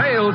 Tales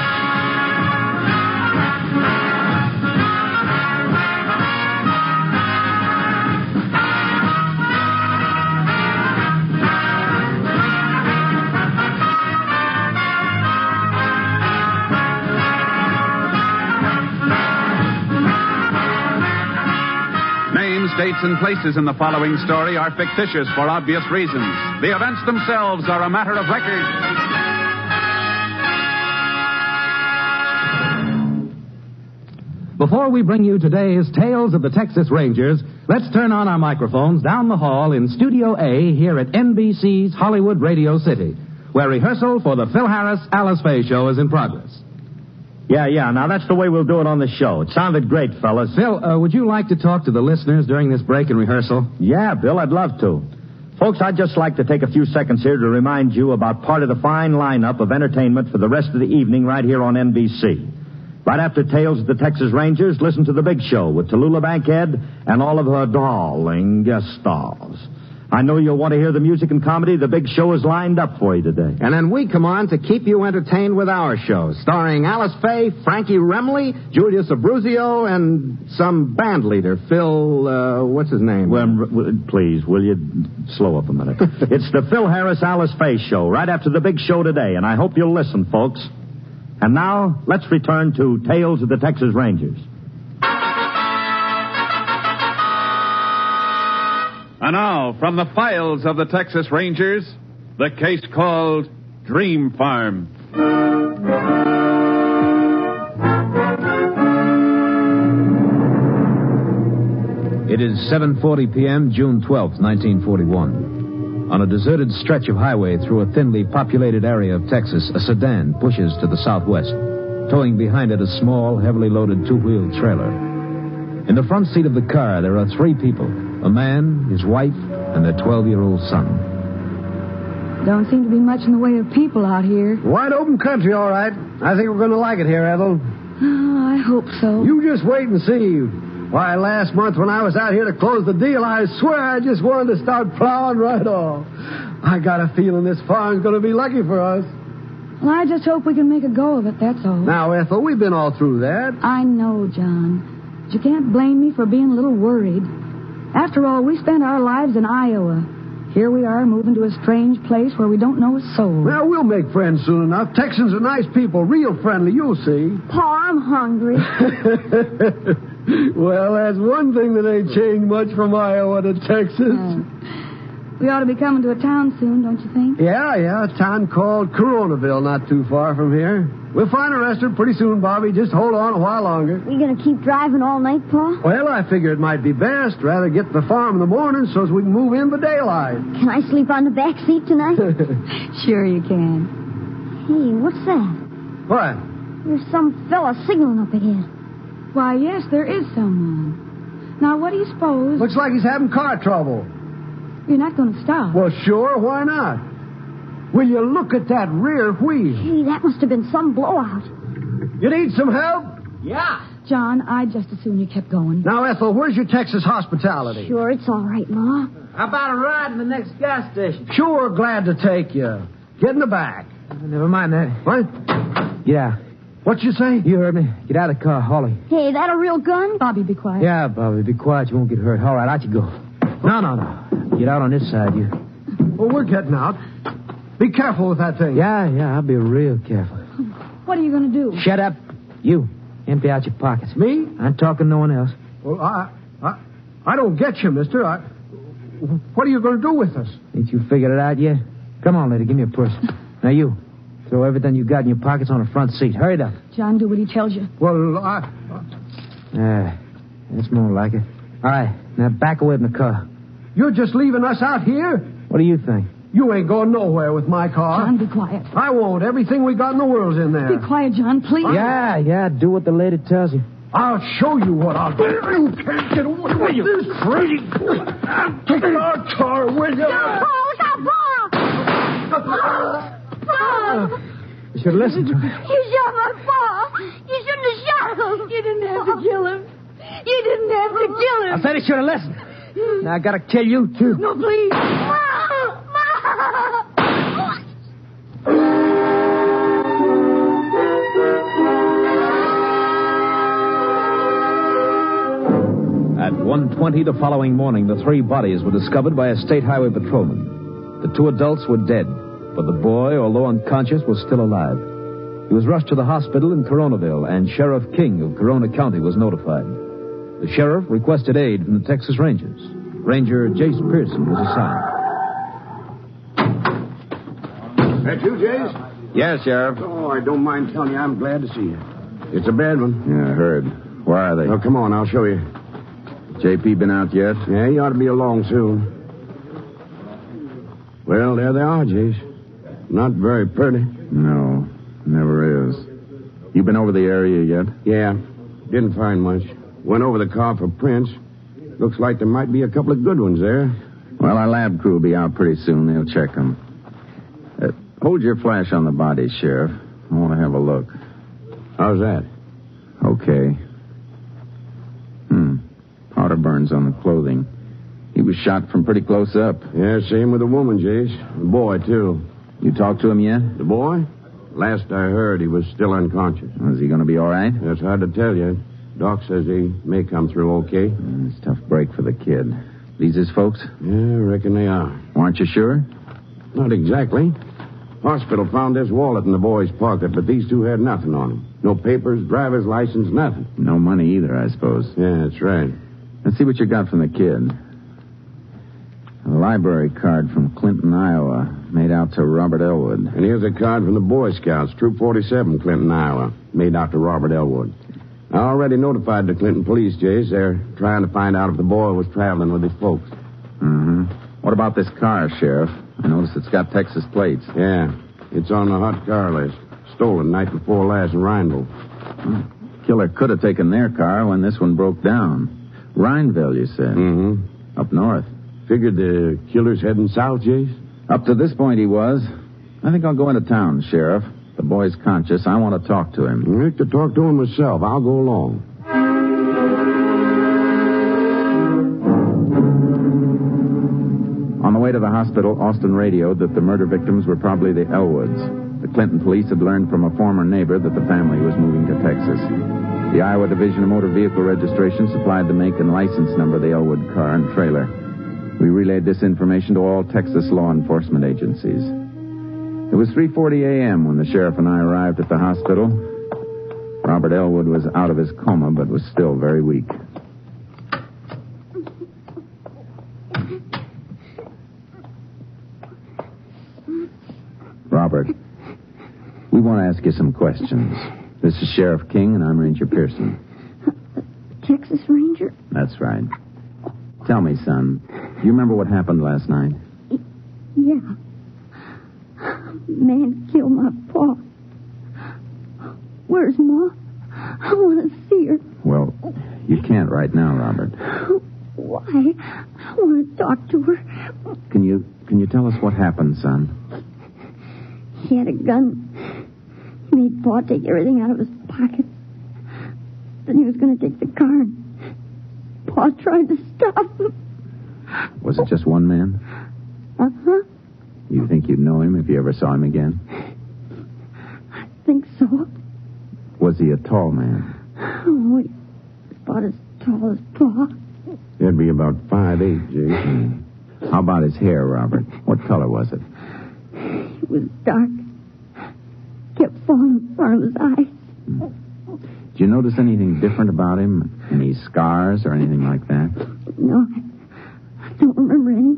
Names, dates, and places in the following story are fictitious for obvious reasons. The events themselves are a matter of record. Before we bring you today's Tales of the Texas Rangers, let's turn on our microphones down the hall in Studio A here at NBC's Hollywood Radio City, where rehearsal for the Phil Harris Alice Faye show is in progress. Yeah, yeah. Now that's the way we'll do it on the show. It sounded great, fellas. Phil, uh, would you like to talk to the listeners during this break and rehearsal? Yeah, Bill, I'd love to. Folks, I'd just like to take a few seconds here to remind you about part of the fine lineup of entertainment for the rest of the evening right here on NBC. Right after Tales of the Texas Rangers, listen to The Big Show with Tallulah Bankhead and all of her darling guest stars. I know you'll want to hear the music and comedy The Big Show is lined up for you today. And then we come on to keep you entertained with our show, starring Alice Faye, Frankie Remley, Julius Abruzio, and some band leader, Phil, uh, what's his name? Well, w- please, will you slow up a minute? it's the Phil Harris Alice Faye Show, right after the big show today, and I hope you'll listen, folks. And now, let's return to Tales of the Texas Rangers. And now, from the files of the Texas Rangers, the case called Dream Farm. It is 7:40 p.m., June 12, 1941. On a deserted stretch of highway through a thinly populated area of Texas, a sedan pushes to the southwest, towing behind it a small, heavily loaded two-wheeled trailer. In the front seat of the car, there are three people: a man, his wife, and their 12-year-old son. Don't seem to be much in the way of people out here. Wide open country, all right. I think we're going to like it here, Ethel. Oh, I hope so. You just wait and see. Why, last month when I was out here to close the deal, I swear I just wanted to start plowing right off. I got a feeling this farm's going to be lucky for us. Well, I just hope we can make a go of it, that's all. Now, Ethel, we've been all through that. I know, John. But you can't blame me for being a little worried. After all, we spent our lives in Iowa. Here we are moving to a strange place where we don't know a soul. Well, we'll make friends soon enough. Texans are nice people, real friendly, you'll see. Pa, I'm hungry. well, that's one thing that ain't changed much from Iowa to Texas. Oh. we ought to be coming to a town soon, don't you think? Yeah, yeah, a town called Coronaville, not too far from here. We'll find a restaurant pretty soon, Bobby. Just hold on a while longer. We gonna keep driving all night, Pa? Well, I figure it might be best. Rather get to the farm in the morning so as we can move in by daylight. Can I sleep on the back seat tonight? Sure you can. hey, what's that? What? There's some fella signaling up ahead. Why, Ah, yes, there is someone. Now, what do you suppose? Looks like he's having car trouble. You're not going to stop. Well, sure, why not? Will you look at that rear wheel? Hey, that must have been some blowout. You need some help? John, I'd just as soon you kept going. Now, Ethel, where's your Texas hospitality? Sure, it's all right, Ma. How about a ride in the next gas station? Sure, glad to take you. Get in the back. Oh, Never mind that. What? Yeah. What you say? You heard me. Get out of the car, Holly. Hey, that a real gun? Bobby, be quiet. Yeah, Bobby, be quiet. You won't get hurt. All right, out you go. No, no, no. Get out on this side, you. Well, we're getting out. Be careful with that thing. Yeah, yeah, I'll be real careful. What are you going to do? Shut up. You. Empty out your pockets. Me? I'm talking no one else. Well, I, I, I don't get you, mister. I, what are you going to do with us? Ain't you figured it out yet? Come on, lady, give me a purse. now, you. Throw everything you got in your pockets on the front seat. Hurry up. John, do what he tells you. Well, I, Ah, that's more like it. All right, now back away from the car. you're just leaving us out here? What do you think? You ain't going nowhere with my car. John, be quiet. I won't. Everything we got in the world's in there. Be quiet, John, please. Yeah, yeah, do what the lady tells you. I'll show you what I'll do. You can't get away with this crazy. I'll take our car with you. Paul, stop, Paul! Paul! You should listen to her. You shot my Paul! You shouldn't have shot him! You didn't have to kill him. You didn't have to kill him. I said he should have listened. Now I gotta kill you, too. No, please. At 1.20 the following morning, the three bodies were discovered by a state highway patrolman. The two adults were dead, but the boy, although unconscious, was still alive. He was rushed to the hospital in Coronaville, and Sheriff King of Corona County was notified. The sheriff requested aid from the Texas Rangers. Ranger Jace Pearson was assigned. That you, Jace? Yes, Sheriff. Oh, I don't mind telling you, I'm glad to see you. It's a bad one. Yeah, I heard. Where are they? Well, come on, I'll show you. JP been out yet? Yeah, you ought to be along soon. Well, there they are, Jace. Not very pretty. No, never is. You been over the area yet? Yeah, didn't find much. Went over the car for prints. Looks like there might be a couple of good ones there. Well, our lab crew will be out pretty soon. They'll check them. Uh, hold your flash on the body, Sheriff. I want to have a look. How's that? Okay. Hmm. Powder burns on the clothing. He was shot from pretty close up. Yeah, same with the woman, Jace. The boy, too. You talked to him yet? The boy? Last I heard, he was still unconscious. Is he going to be all right? It's hard to tell you. Doc says he may come through okay. Mm, It's a tough break for the kid. These his folks? Yeah, I reckon they are. Aren't you sure? Not exactly. Hospital found this wallet in the boy's pocket, but these two had nothing on him. No papers, driver's license, nothing. No money either, I suppose. Yeah, that's right. Let's see what you got from the kid. A library card from Clinton, Iowa, made out to Robert Elwood. And here's a card from the Boy Scouts, Troop 47, Clinton, Iowa, made out to Robert Elwood. I already notified the Clinton police, Jace. They're trying to find out if the boy was traveling with his folks. Mm-hmm. What about this car, Sheriff? I notice it's got Texas plates. Yeah, it's on the hot car list. Stolen night before last in Rhineville. Hmm. Killer could have taken their car when this one broke down. Rhineville, you said. Mm-hmm. Up north. Figured the killer's heading south, Jace? Up to this point, he was. I think I'll go into town, Sheriff. The boy's conscious. I want to talk to him. I could talk to him myself. I'll go along. On the way to the hospital, Austin radioed that the murder victims were probably the Elwoods. The Clinton police had learned from a former neighbor that the family was moving to Texas. The Iowa Division of Motor Vehicle Registration supplied the make and license number of the Elwood car and trailer. We relayed this information to all Texas law enforcement agencies. It was 3:40 a.m. when the sheriff and I arrived at the hospital. Robert Elwood was out of his coma but was still very weak. Robert, we want to ask you some questions. This is Sheriff King, and I'm Ranger Pearson. Texas Ranger? That's right. Tell me, son, do you remember what happened last night? Yeah. Man killed my pa. Where's Ma? I want to see her. Well, you can't right now, Robert. Why? I want to talk to her. Can you can you tell us what happened, son? He had a gun. He made Pa take everything out of his pockets. Then he was going to take the car. and Pa tried to stop him. Was it just one man? Uh huh. You think you'd know him if you ever saw him again? Think so. Was he a tall man? Oh, he's about as tall as Pa. It'd be about five eight, Jason. Hmm. How about his hair, Robert? What color was it? It was dark. Kept falling apart his eyes. Did you notice anything different about him? Any scars or anything like that? No, I don't remember any.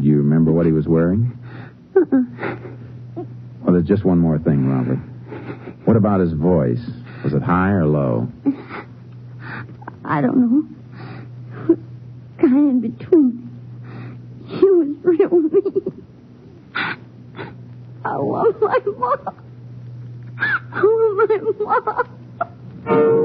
Do you remember what he was wearing? Uh-uh. Well, there's just one more thing, Robert. What about his voice? Was it high or low? I don't know. Kind in between. He was real mean. I love my mom. I love my mom.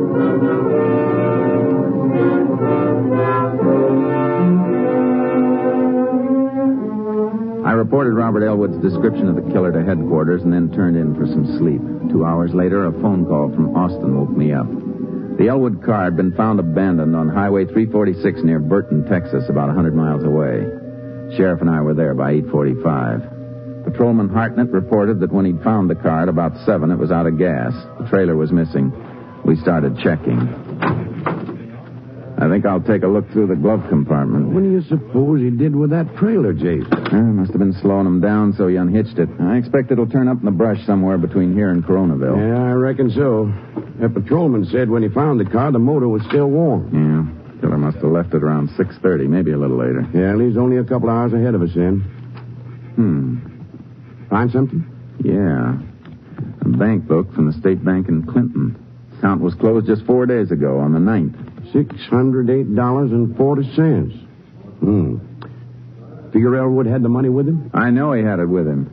I reported Robert Elwood's description of the killer to headquarters and then turned in for some sleep. Two hours later, a phone call from Austin woke me up. The Elwood car had been found abandoned on Highway 346 near Burton, Texas, about 100 miles away. Sheriff and I were there by 8:45. Patrolman Hartnett reported that when he'd found the car at about 7, it was out of gas. The trailer was missing. We started checking. I think I'll take a look through the glove compartment. What do you suppose he did with that trailer, Jason? must have been slowing him down, so he unhitched it. I expect it'll turn up in the brush somewhere between here and Coronaville. Yeah, I reckon so. That patrolman said when he found the car, the motor was still warm. Yeah. Killer must have left it around 6.30, maybe a little later. Yeah, leaves only a couple hours ahead of us then. Hmm. Find something? Yeah. A bank book from the state bank in Clinton. Account was closed just four days ago on the 9th. $608.40. Hmm. Figure Elwood had the money with him? I know he had it with him.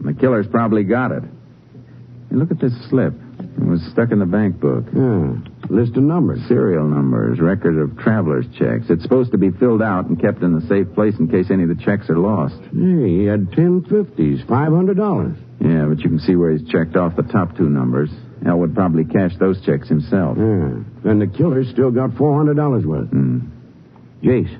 The killer's probably got it. Hey, look at this slip. It was stuck in the bank book. Yeah. Hmm. List of numbers. Serial numbers, record of traveler's checks. It's supposed to be filled out and kept in a safe place in case any of the checks are lost. Hey, he had ten fifties, five hundred dollars. Yeah, but you can see where he's checked off the top two numbers. Elwood probably cashed those checks himself. Yeah. Hmm. And the killer still got four hundred dollars worth. Hmm. Jace,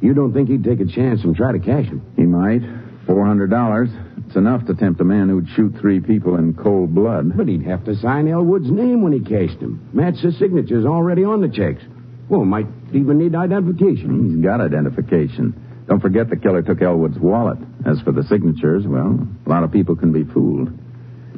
you don't think he'd take a chance and try to cash him? He might. Four hundred dollars. It's enough to tempt a man who'd shoot three people in cold blood. But he'd have to sign Elwood's name when he cashed him. Match the signatures already on the checks. Well, might even need identification. He's got identification. Don't forget the killer took Elwood's wallet. As for the signatures, well, a lot of people can be fooled.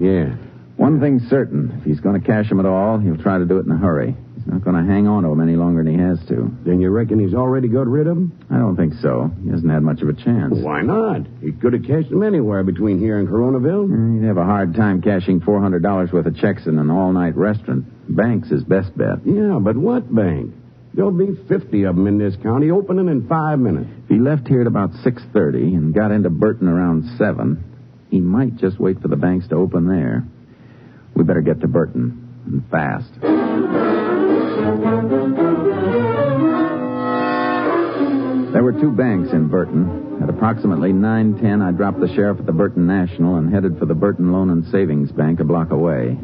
Yeah. One thing's certain. If he's going to cash 'em at all, he'll try to do it in a hurry. He's not going to hang on to 'em any longer than he has to. Then you reckon he's already got rid of him? I don't think so. He hasn't had much of a chance. Why not? He could have cashed him anywhere between here and Coronaville. Uh, He'd have a hard time cashing $400 worth of checks in an all-night restaurant. Bank's his best bet. Yeah, but what bank? There'll be 50 of them in this county opening in five minutes. If he left here at about 6.30 and got into Burton around 7, he might just wait for the banks to open there. We better get to Burton, and fast. There were two banks in Burton. At approximately 9.10, I dropped the sheriff at the Burton National and headed for the Burton Loan and Savings Bank a block away.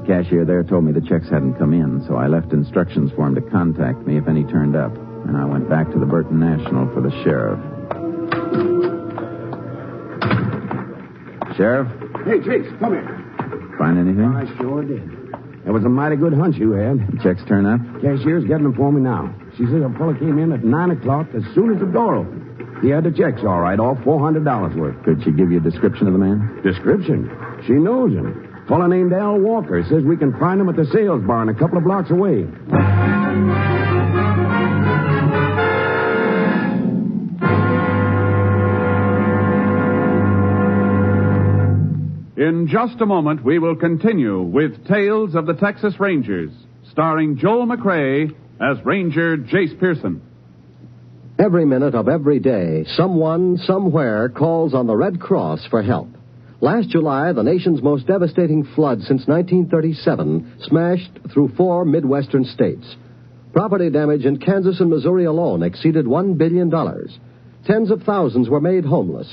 The cashier there told me the checks hadn't come in, so I left instructions for him to contact me if any turned up. And I went back to the Burton National for the sheriff. Sheriff, Hey, Jace, come here. find anything? sure did. That was a mighty good hunch you had. Checks turn up? Cashier's getting them for me now. She says a fella came in at 9 o'clock as soon as the door opened. He had the checks all right, all $400 worth. Could she give you a description of the man? Description? She knows him. Fella named Al Walker says we can find him at the sales barn a couple of blocks away. In just a moment, we will continue with Tales of the Texas Rangers, starring Joel McRae as Ranger Jace Pearson. Every minute of every day, someone somewhere calls on the Red Cross for help. Last July, the nation's most devastating flood since 1937 smashed through four Midwestern states. Property damage in Kansas and Missouri alone exceeded $1 billion. Tens of thousands were made homeless.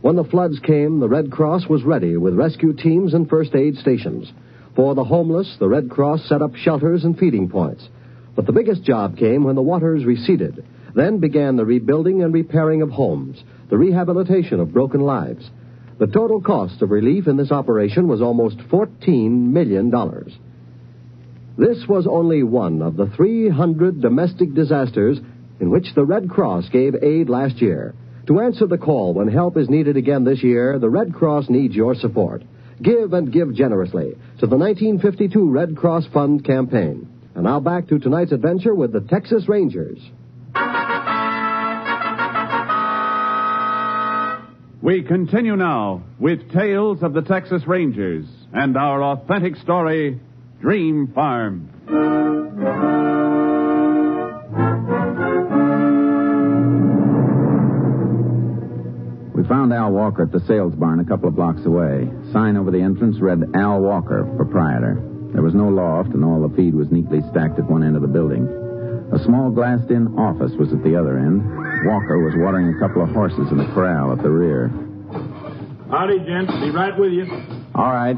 When the floods came, the Red Cross was ready with rescue teams and first aid stations. For the homeless, the Red Cross set up shelters and feeding points. But the biggest job came when the waters receded Then began the rebuilding and repairing of homes, the rehabilitation of broken lives. The total cost of relief in this operation was almost $14 million. This was only one of the 300 domestic disasters in which the Red Cross gave aid last year. To answer the call when help is needed again this year, the Red Cross needs your support. Give and give generously to the 1952 Red Cross Fund campaign. And now back to tonight's adventure with the Texas Rangers. We continue now with Tales of the Texas Rangers and our authentic story, Dream Farm. We found Al Walker at the sales barn a couple of blocks away. Sign over the entrance read Al Walker, proprietor. There was no loft, and all the feed was neatly stacked at one end of the building. A small glassed in office was at the other end. Walker was watering a couple of horses in a corral at the rear. Howdy, gents. Be right with you. All right.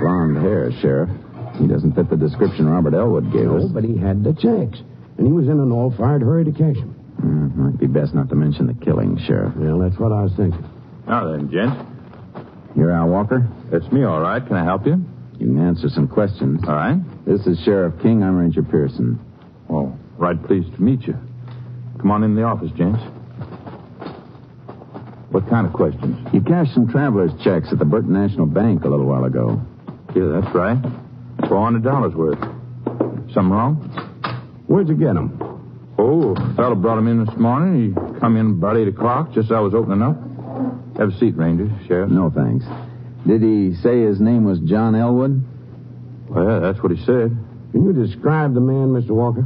Blonde hair, Sheriff. He doesn't fit the description Robert Elwood gave us. No, but he had the checks, and he was in an all-fired hurry to cash them. Mm, might be best not to mention the killing, Sheriff. Well, that's what I was thinking. Now then, gents. You're Al Walker? It's me, all right. Can I help you? You can answer some questions. All right. This is Sheriff King. I'm Ranger Pearson. Oh, right pleased to meet you. Come on in the office, gents. What kind of questions? You cashed some traveler's checks at the Burton National Bank a little while ago. Yeah, that's right. $400 worth. Something wrong? Where'd you get them? Oh, a fella brought him in this morning. He come in about 8 o'clock, just as I was opening up. Have a seat, Ranger, Sheriff. No, thanks. Did he say his name was John Elwood? Well, yeah, that's what he said. Can you describe the man, Mr. Walker?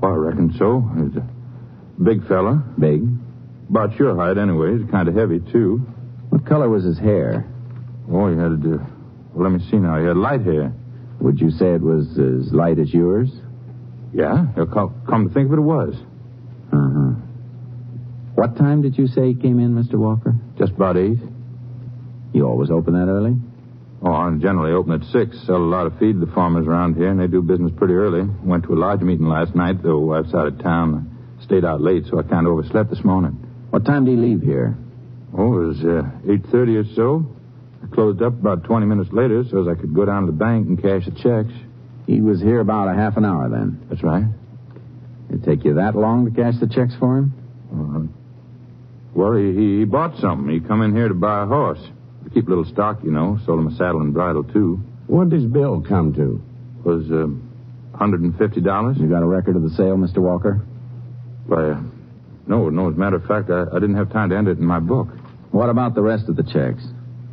Well, I reckon so. He's a big fella. Big? About your height, anyways. Kind of heavy, too. What color was his hair? Oh, he had, uh, well, let me see now. He had light hair. Would you say it was as light as yours? Yeah, he'll co- come to think of it, it was. Uh huh. What time did you say he came in, Mr. Walker? Just about eight. You always open that early? Oh, I generally open at six. Sell a lot of feed to the farmers around here, and they do business pretty early. Went to a lodge meeting last night, though I was out of town. Stayed out late, so I kind of overslept this morning. What time did he leave here? Oh, it was uh, eight thirty or so. I closed up about twenty minutes later, so as I could go down to the bank and cash the checks. He was here about a half an hour then. That's right. It take you that long to cash the checks for him? Uh-huh. Well, he, he bought something. He come in here to buy a horse. I keep a little stock, you know. Sold him a saddle and bridle too. What did his bill come to? Was uh, hundred and fifty dollars. You got a record of the sale, Mister Walker? Why, uh, no, no. As a matter of fact, I, I didn't have time to enter it in my book. What about the rest of the checks?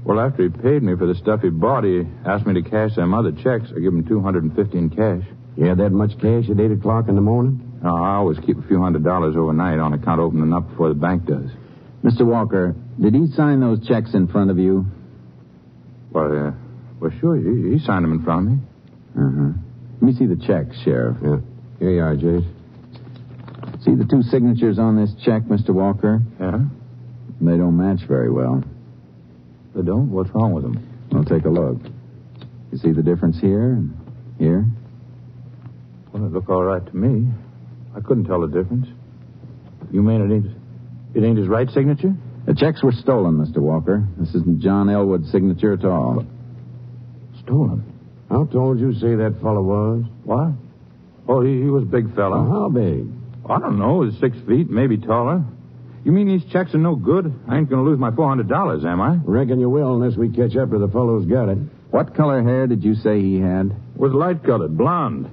Well, after he paid me for the stuff he bought, he asked me to cash them other checks. I give him two hundred and fifty in cash. You had that much cash at eight o'clock in the morning? No, I always keep a few hundred dollars overnight on account opening up before the bank does. Mr. Walker, did he sign those checks in front of you? Well, uh, well, sure, he, he signed them in front of me. Uh-huh. Let me see the check, Sheriff. Yeah. Here you are, Jase. See the two signatures on this check, Mr. Walker? Uh-huh. Yeah? They don't match very well. They don't? What's wrong with them? Well, take a look. You see the difference here and here? Well, they look all right to me. I couldn't tell the difference. You mean it ain't... It ain't his right signature? The checks were stolen, Mr. Walker. This isn't John Elwood's signature at all. Stolen? How tall did you say that fellow was? What? Oh, he, he was a big fellow. Well, how big? I don't know. He's six feet, maybe taller. You mean these checks are no good? I ain't gonna lose my four hundred dollars, am I? Reckon you will unless we catch up to the fellow who's got it. What color hair did you say he had? Was light colored, blonde.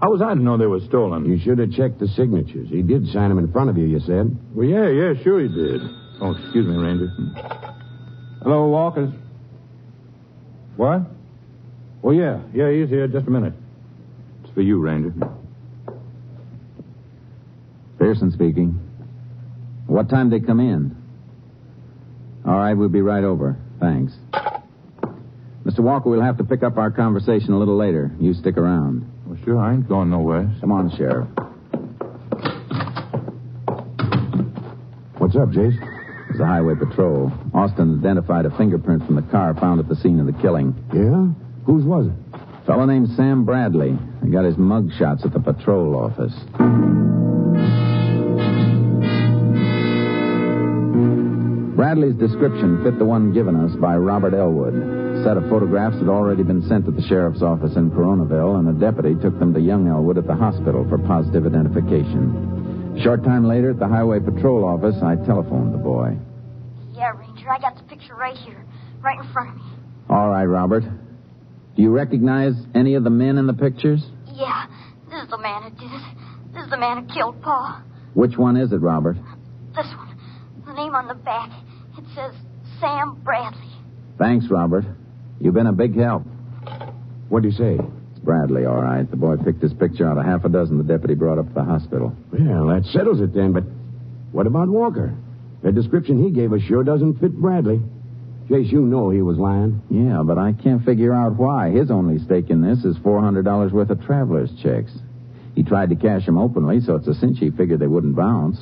How was I to know they were stolen? You should have checked the signatures. He did sign them in front of you, you said. Well, yeah, yeah, sure he did. Oh, excuse me, Ranger. Hello, Walkers. What? Well, yeah, yeah, he's here. Just a minute. It's for you, Ranger. Pearson speaking. What time they come in? All right, we'll be right over. Thanks. Mr. Walker, we'll have to pick up our conversation a little later. You stick around. Well, sure, I ain't going nowhere. Come on, Sheriff. What's up, Jace? It's a highway patrol. Austin identified a fingerprint from the car found at the scene of the killing. Yeah? Whose was it? Fellow named Sam Bradley. I got his mug shots at the patrol office. Bradley's description fit the one given us by Robert Elwood. A set of photographs had already been sent to the sheriff's office in Coronaville, and a deputy took them to young Elwood at the hospital for positive identification. A short time later, at the highway patrol office, I telephoned the boy. Yeah, Ranger, I got the picture right here, right in front of me. All right, Robert. Do you recognize any of the men in the pictures? Yeah, this is the man who did it. This is the man who killed Paul. Which one is it, Robert? This one. The name on the back. It says Sam Bradley. Thanks, Robert. You've been a big help. What'd you say? It's Bradley, all right. The boy picked his picture out of half a dozen the deputy brought up to the hospital. Well, that settles it then, but what about Walker? The description he gave us sure doesn't fit Bradley. Chase, you know he was lying. Yeah, but I can't figure out why. His only stake in this is $400 worth of traveler's checks. He tried to cash them openly, so it's a cinch he figured they wouldn't bounce.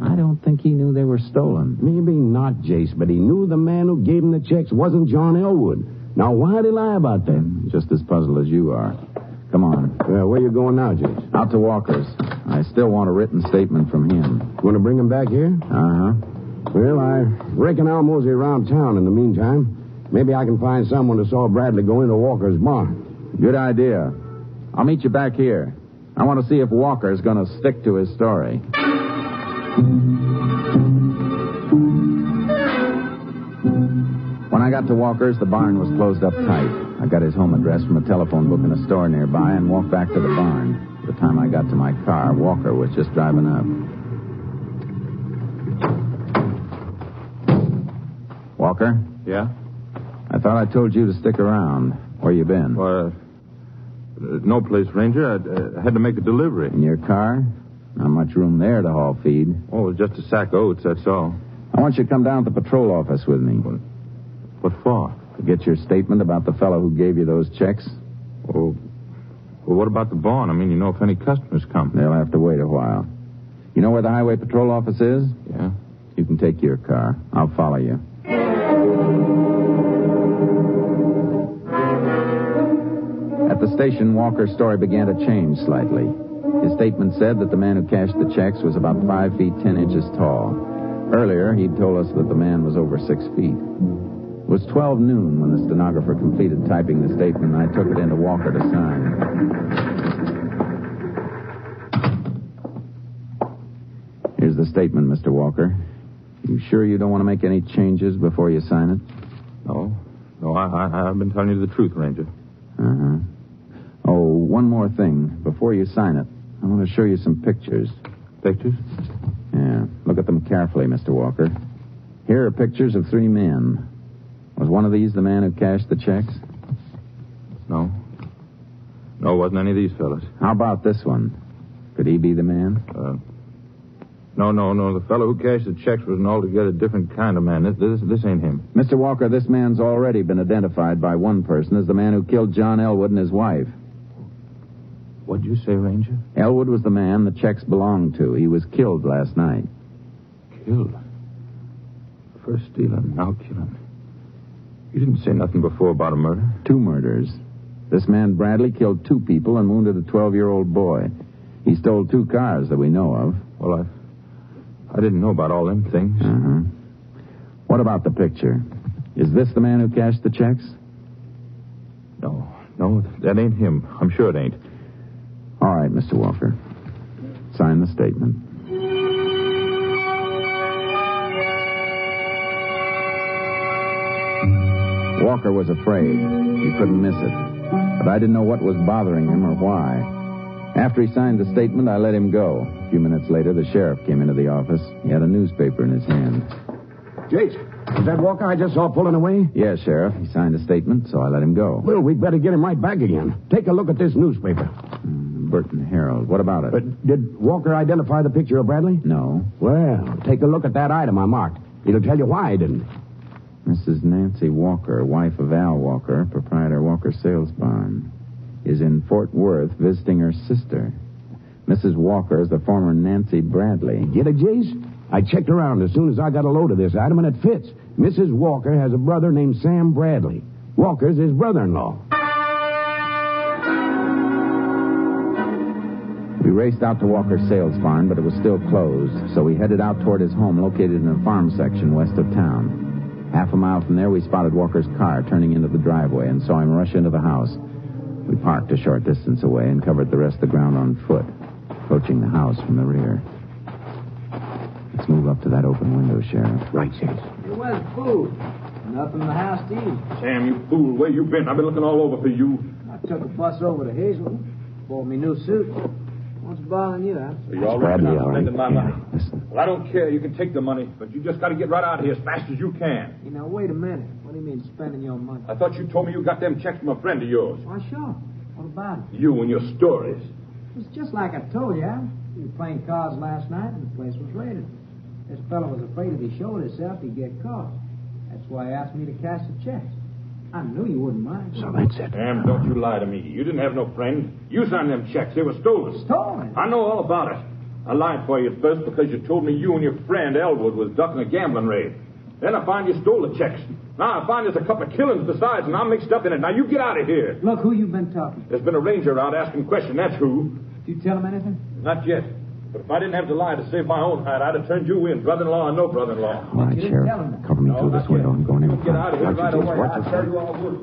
I don't think he knew they were stolen. Maybe not, Jace, but he knew the man who gave him the checks wasn't John Elwood. Now, why'd he lie about that? Just as puzzled as you are. Come on. Well, where you going now, Jace? Out to Walker's. I still want a written statement from him. Want to bring him back here? Uh huh. Well, I reckon I'll mosey around town in the meantime. Maybe I can find someone who saw Bradley go into Walker's barn. Good idea. I'll meet you back here. I want to see if Walker's going to stick to his story. When I got to Walker's, the barn was closed up tight. I got his home address from a telephone book in a store nearby and walked back to the barn. By the time I got to my car, Walker was just driving up. Walker? Yeah? I thought I told you to stick around. Where you been? Well, uh, no place, Ranger. I uh, had to make a delivery. In your car? Not much room there to haul feed. Oh, just a sack of oats, that's all. I want you to come down to the patrol office with me. What, what for? To get your statement about the fellow who gave you those checks. Oh, well, what about the barn? I mean, you know if any customers come. They'll have to wait a while. You know where the highway patrol office is? Yeah. You can take your car. I'll follow you. At the station, Walker's story began to change slightly. His statement said that the man who cashed the checks was about five feet ten inches tall. Earlier, he'd told us that the man was over six feet. It was 12 noon when the stenographer completed typing the statement, and I took it into Walker to sign. Here's the statement, Mr. Walker. You sure you don't want to make any changes before you sign it? No. No, I, I, I've been telling you the truth, Ranger. Uh-huh. Oh, one more thing. Before you sign it, I want to show you some pictures. Pictures? Yeah. Look at them carefully, Mr. Walker. Here are pictures of three men. Was one of these the man who cashed the checks? No. No, it wasn't any of these fellas. How about this one? Could he be the man? Uh, no, no, no. The fellow who cashed the checks was an altogether different kind of man. This, this, this ain't him. Mr. Walker, this man's already been identified by one person as the man who killed John Elwood and his wife. What'd you say, Ranger? Elwood was the man the checks belonged to. He was killed last night. Killed? First stealing, now killing. You didn't say nothing before about a murder. Two murders. This man, Bradley, killed two people and wounded a 12 year old boy. He stole two cars that we know of. Well, I I didn't know about all them things. Uh-huh. What about the picture? Is this the man who cashed the checks? No, no, that ain't him. I'm sure it ain't. All right, Mr. Walker. Sign the statement. Walker was afraid. He couldn't miss it. But I didn't know what was bothering him or why. After he signed the statement, I let him go. A few minutes later, the sheriff came into the office. He had a newspaper in his hand. Jake, is that Walker I just saw pulling away? Yes, Sheriff. He signed a statement, so I let him go. Well, we'd better get him right back again. Take a look at this newspaper. Mm, Burton Herald. What about it? But did Walker identify the picture of Bradley? No. Well, take a look at that item I marked. It'll tell you why he didn't. Mrs. Nancy Walker, wife of Al Walker, proprietor Walker Sales Barn is in Fort Worth visiting her sister. Mrs. Walker is the former Nancy Bradley. Get it, Jace? I checked around as soon as I got a load of this item, and it fits. Mrs. Walker has a brother named Sam Bradley. Walker's his brother in law. We raced out to Walker's sales barn, but it was still closed, so we headed out toward his home located in a farm section west of town. Half a mile from there, we spotted Walker's car turning into the driveway and saw him rush into the house. We parked a short distance away and covered the rest of the ground on foot, approaching the house from the rear. Let's move up to that open window, Sheriff. Right, Sheriff. You was food. Nothing in the house to eat. Sam, you fool. Where you been? I've been looking all over for you. I took a bus over to Hazel, bought me new suit. What's bothering you, huh? So you're all right now spending my money. Well, I don't care. You can take the money, but you just got to get right out of here as fast as you can. You know, wait a minute. What do you mean spending your money? I thought you told me you got them checks from a friend of yours. Why, sure. What about it? You and your stories. It's just like I told you. huh? We were playing cards last night and the place was raided. This fellow was afraid if he showed himself, he'd get caught. That's why he asked me to cash the checks. I knew you wouldn't mind. So Sam, don't you lie to me. You didn't have no friend. You signed them checks. They were stolen. Stolen? I know all about it. I lied for you at first because you told me you and your friend Elwood was ducking a gambling raid. Then I find you stole the checks. Now I find there's a couple of killings besides, and I'm mixed up in it. Now you get out of here. Look who you've been talking There's been a ranger out asking questions. That's who. to. You tell him anything? Not yet. But if I didn't have to lie to save my own hide, I'd have turned you in, brother-in-law or no brother-in-law. All right, Sheriff. Cover me through this window. I'm going in Get out of here Watch right your away. face. Watch your I tell you I would.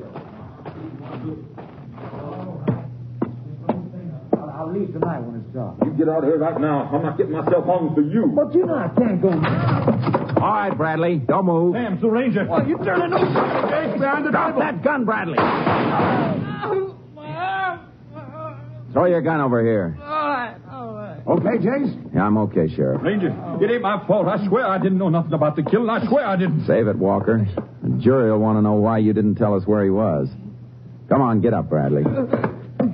I'll, I'll leave tonight when it's dark. You get out of here right now. I'm not getting myself hung for you. But you know I can't go All right, Bradley. Don't move. Sam, it's the ranger. Well, you turn it over. Jake's behind the Drop that gun, Bradley. Throw your gun over here. All right, all right. Okay, James? Yeah, I'm okay, Sheriff. Ranger, it ain't my fault. I swear I didn't know nothing about the killing. I swear I didn't. Save it, Walker. The jury will want to know why you didn't tell us where he was. Come on, get up, Bradley.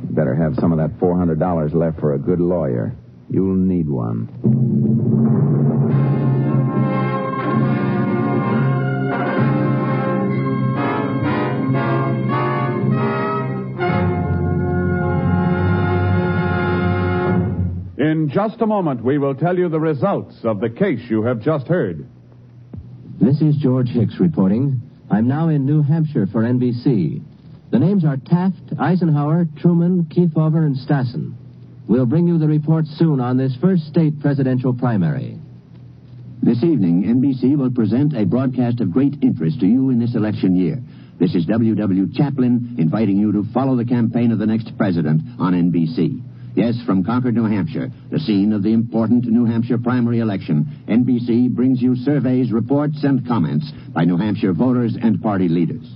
Better have some of that $400 left for a good lawyer. You'll need one. In just a moment, we will tell you the results of the case you have just heard. This is George Hicks reporting. I'm now in New Hampshire for NBC. The names are Taft, Eisenhower, Truman, Kefauver, and Stassen. We'll bring you the report soon on this first state presidential primary. This evening, NBC will present a broadcast of great interest to you in this election year. This is W.W. Chaplin inviting you to follow the campaign of the next president on NBC. Yes, from Concord, New Hampshire, the scene of the important New Hampshire primary election, NBC brings you surveys, reports, and comments by New Hampshire voters and party leaders.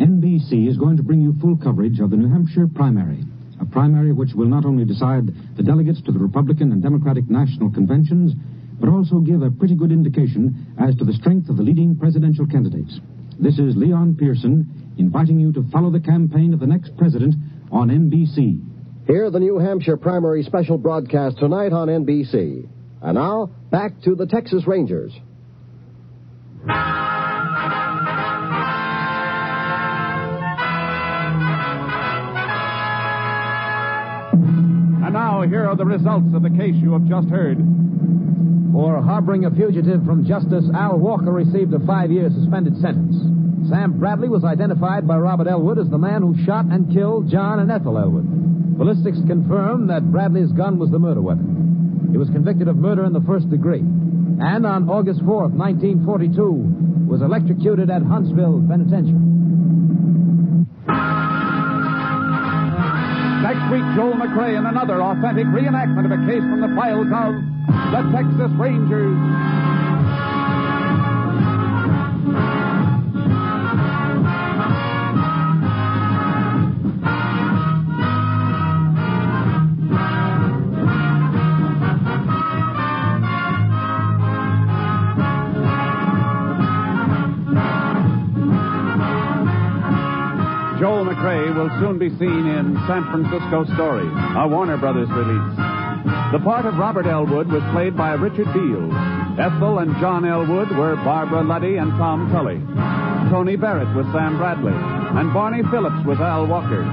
NBC is going to bring you full coverage of the New Hampshire primary, a primary which will not only decide the delegates to the Republican and Democratic national conventions, but also give a pretty good indication as to the strength of the leading presidential candidates. This is Leon Pearson inviting you to follow the campaign of the next president on NBC. Hear the New Hampshire primary special broadcast tonight on NBC. And now, back to the Texas Rangers. And now, here are the results of the case you have just heard. For harboring a fugitive from justice, Al Walker received a five year suspended sentence. Sam Bradley was identified by Robert Elwood as the man who shot and killed John and Ethel Elwood. Ballistics confirmed that Bradley's gun was the murder weapon. He was convicted of murder in the first degree, and on August 4th, 1942, was electrocuted at Huntsville Penitentiary. Next week, Joel McRae in another authentic reenactment of a case from the files of the Texas Rangers. Joel McRae will soon be seen in San Francisco Story, a Warner Brothers release. The part of Robert Elwood was played by Richard Beals. Ethel and John Elwood were Barbara Luddy and Tom Tully. Tony Barrett was Sam Bradley, and Barney Phillips was Al Walker.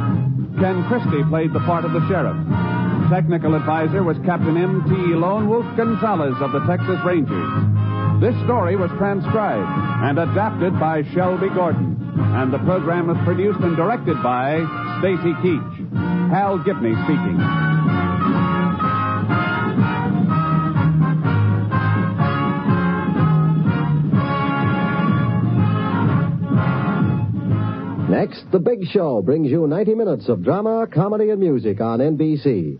Ken Christie played the part of the sheriff. Technical advisor was Captain M.T. Lone Wolf Gonzalez of the Texas Rangers. This story was transcribed and adapted by Shelby Gordon, and the program was produced and directed by Stacy Keach. Hal Gibney speaking. Next, The Big Show brings you 90 minutes of drama, comedy, and music on NBC.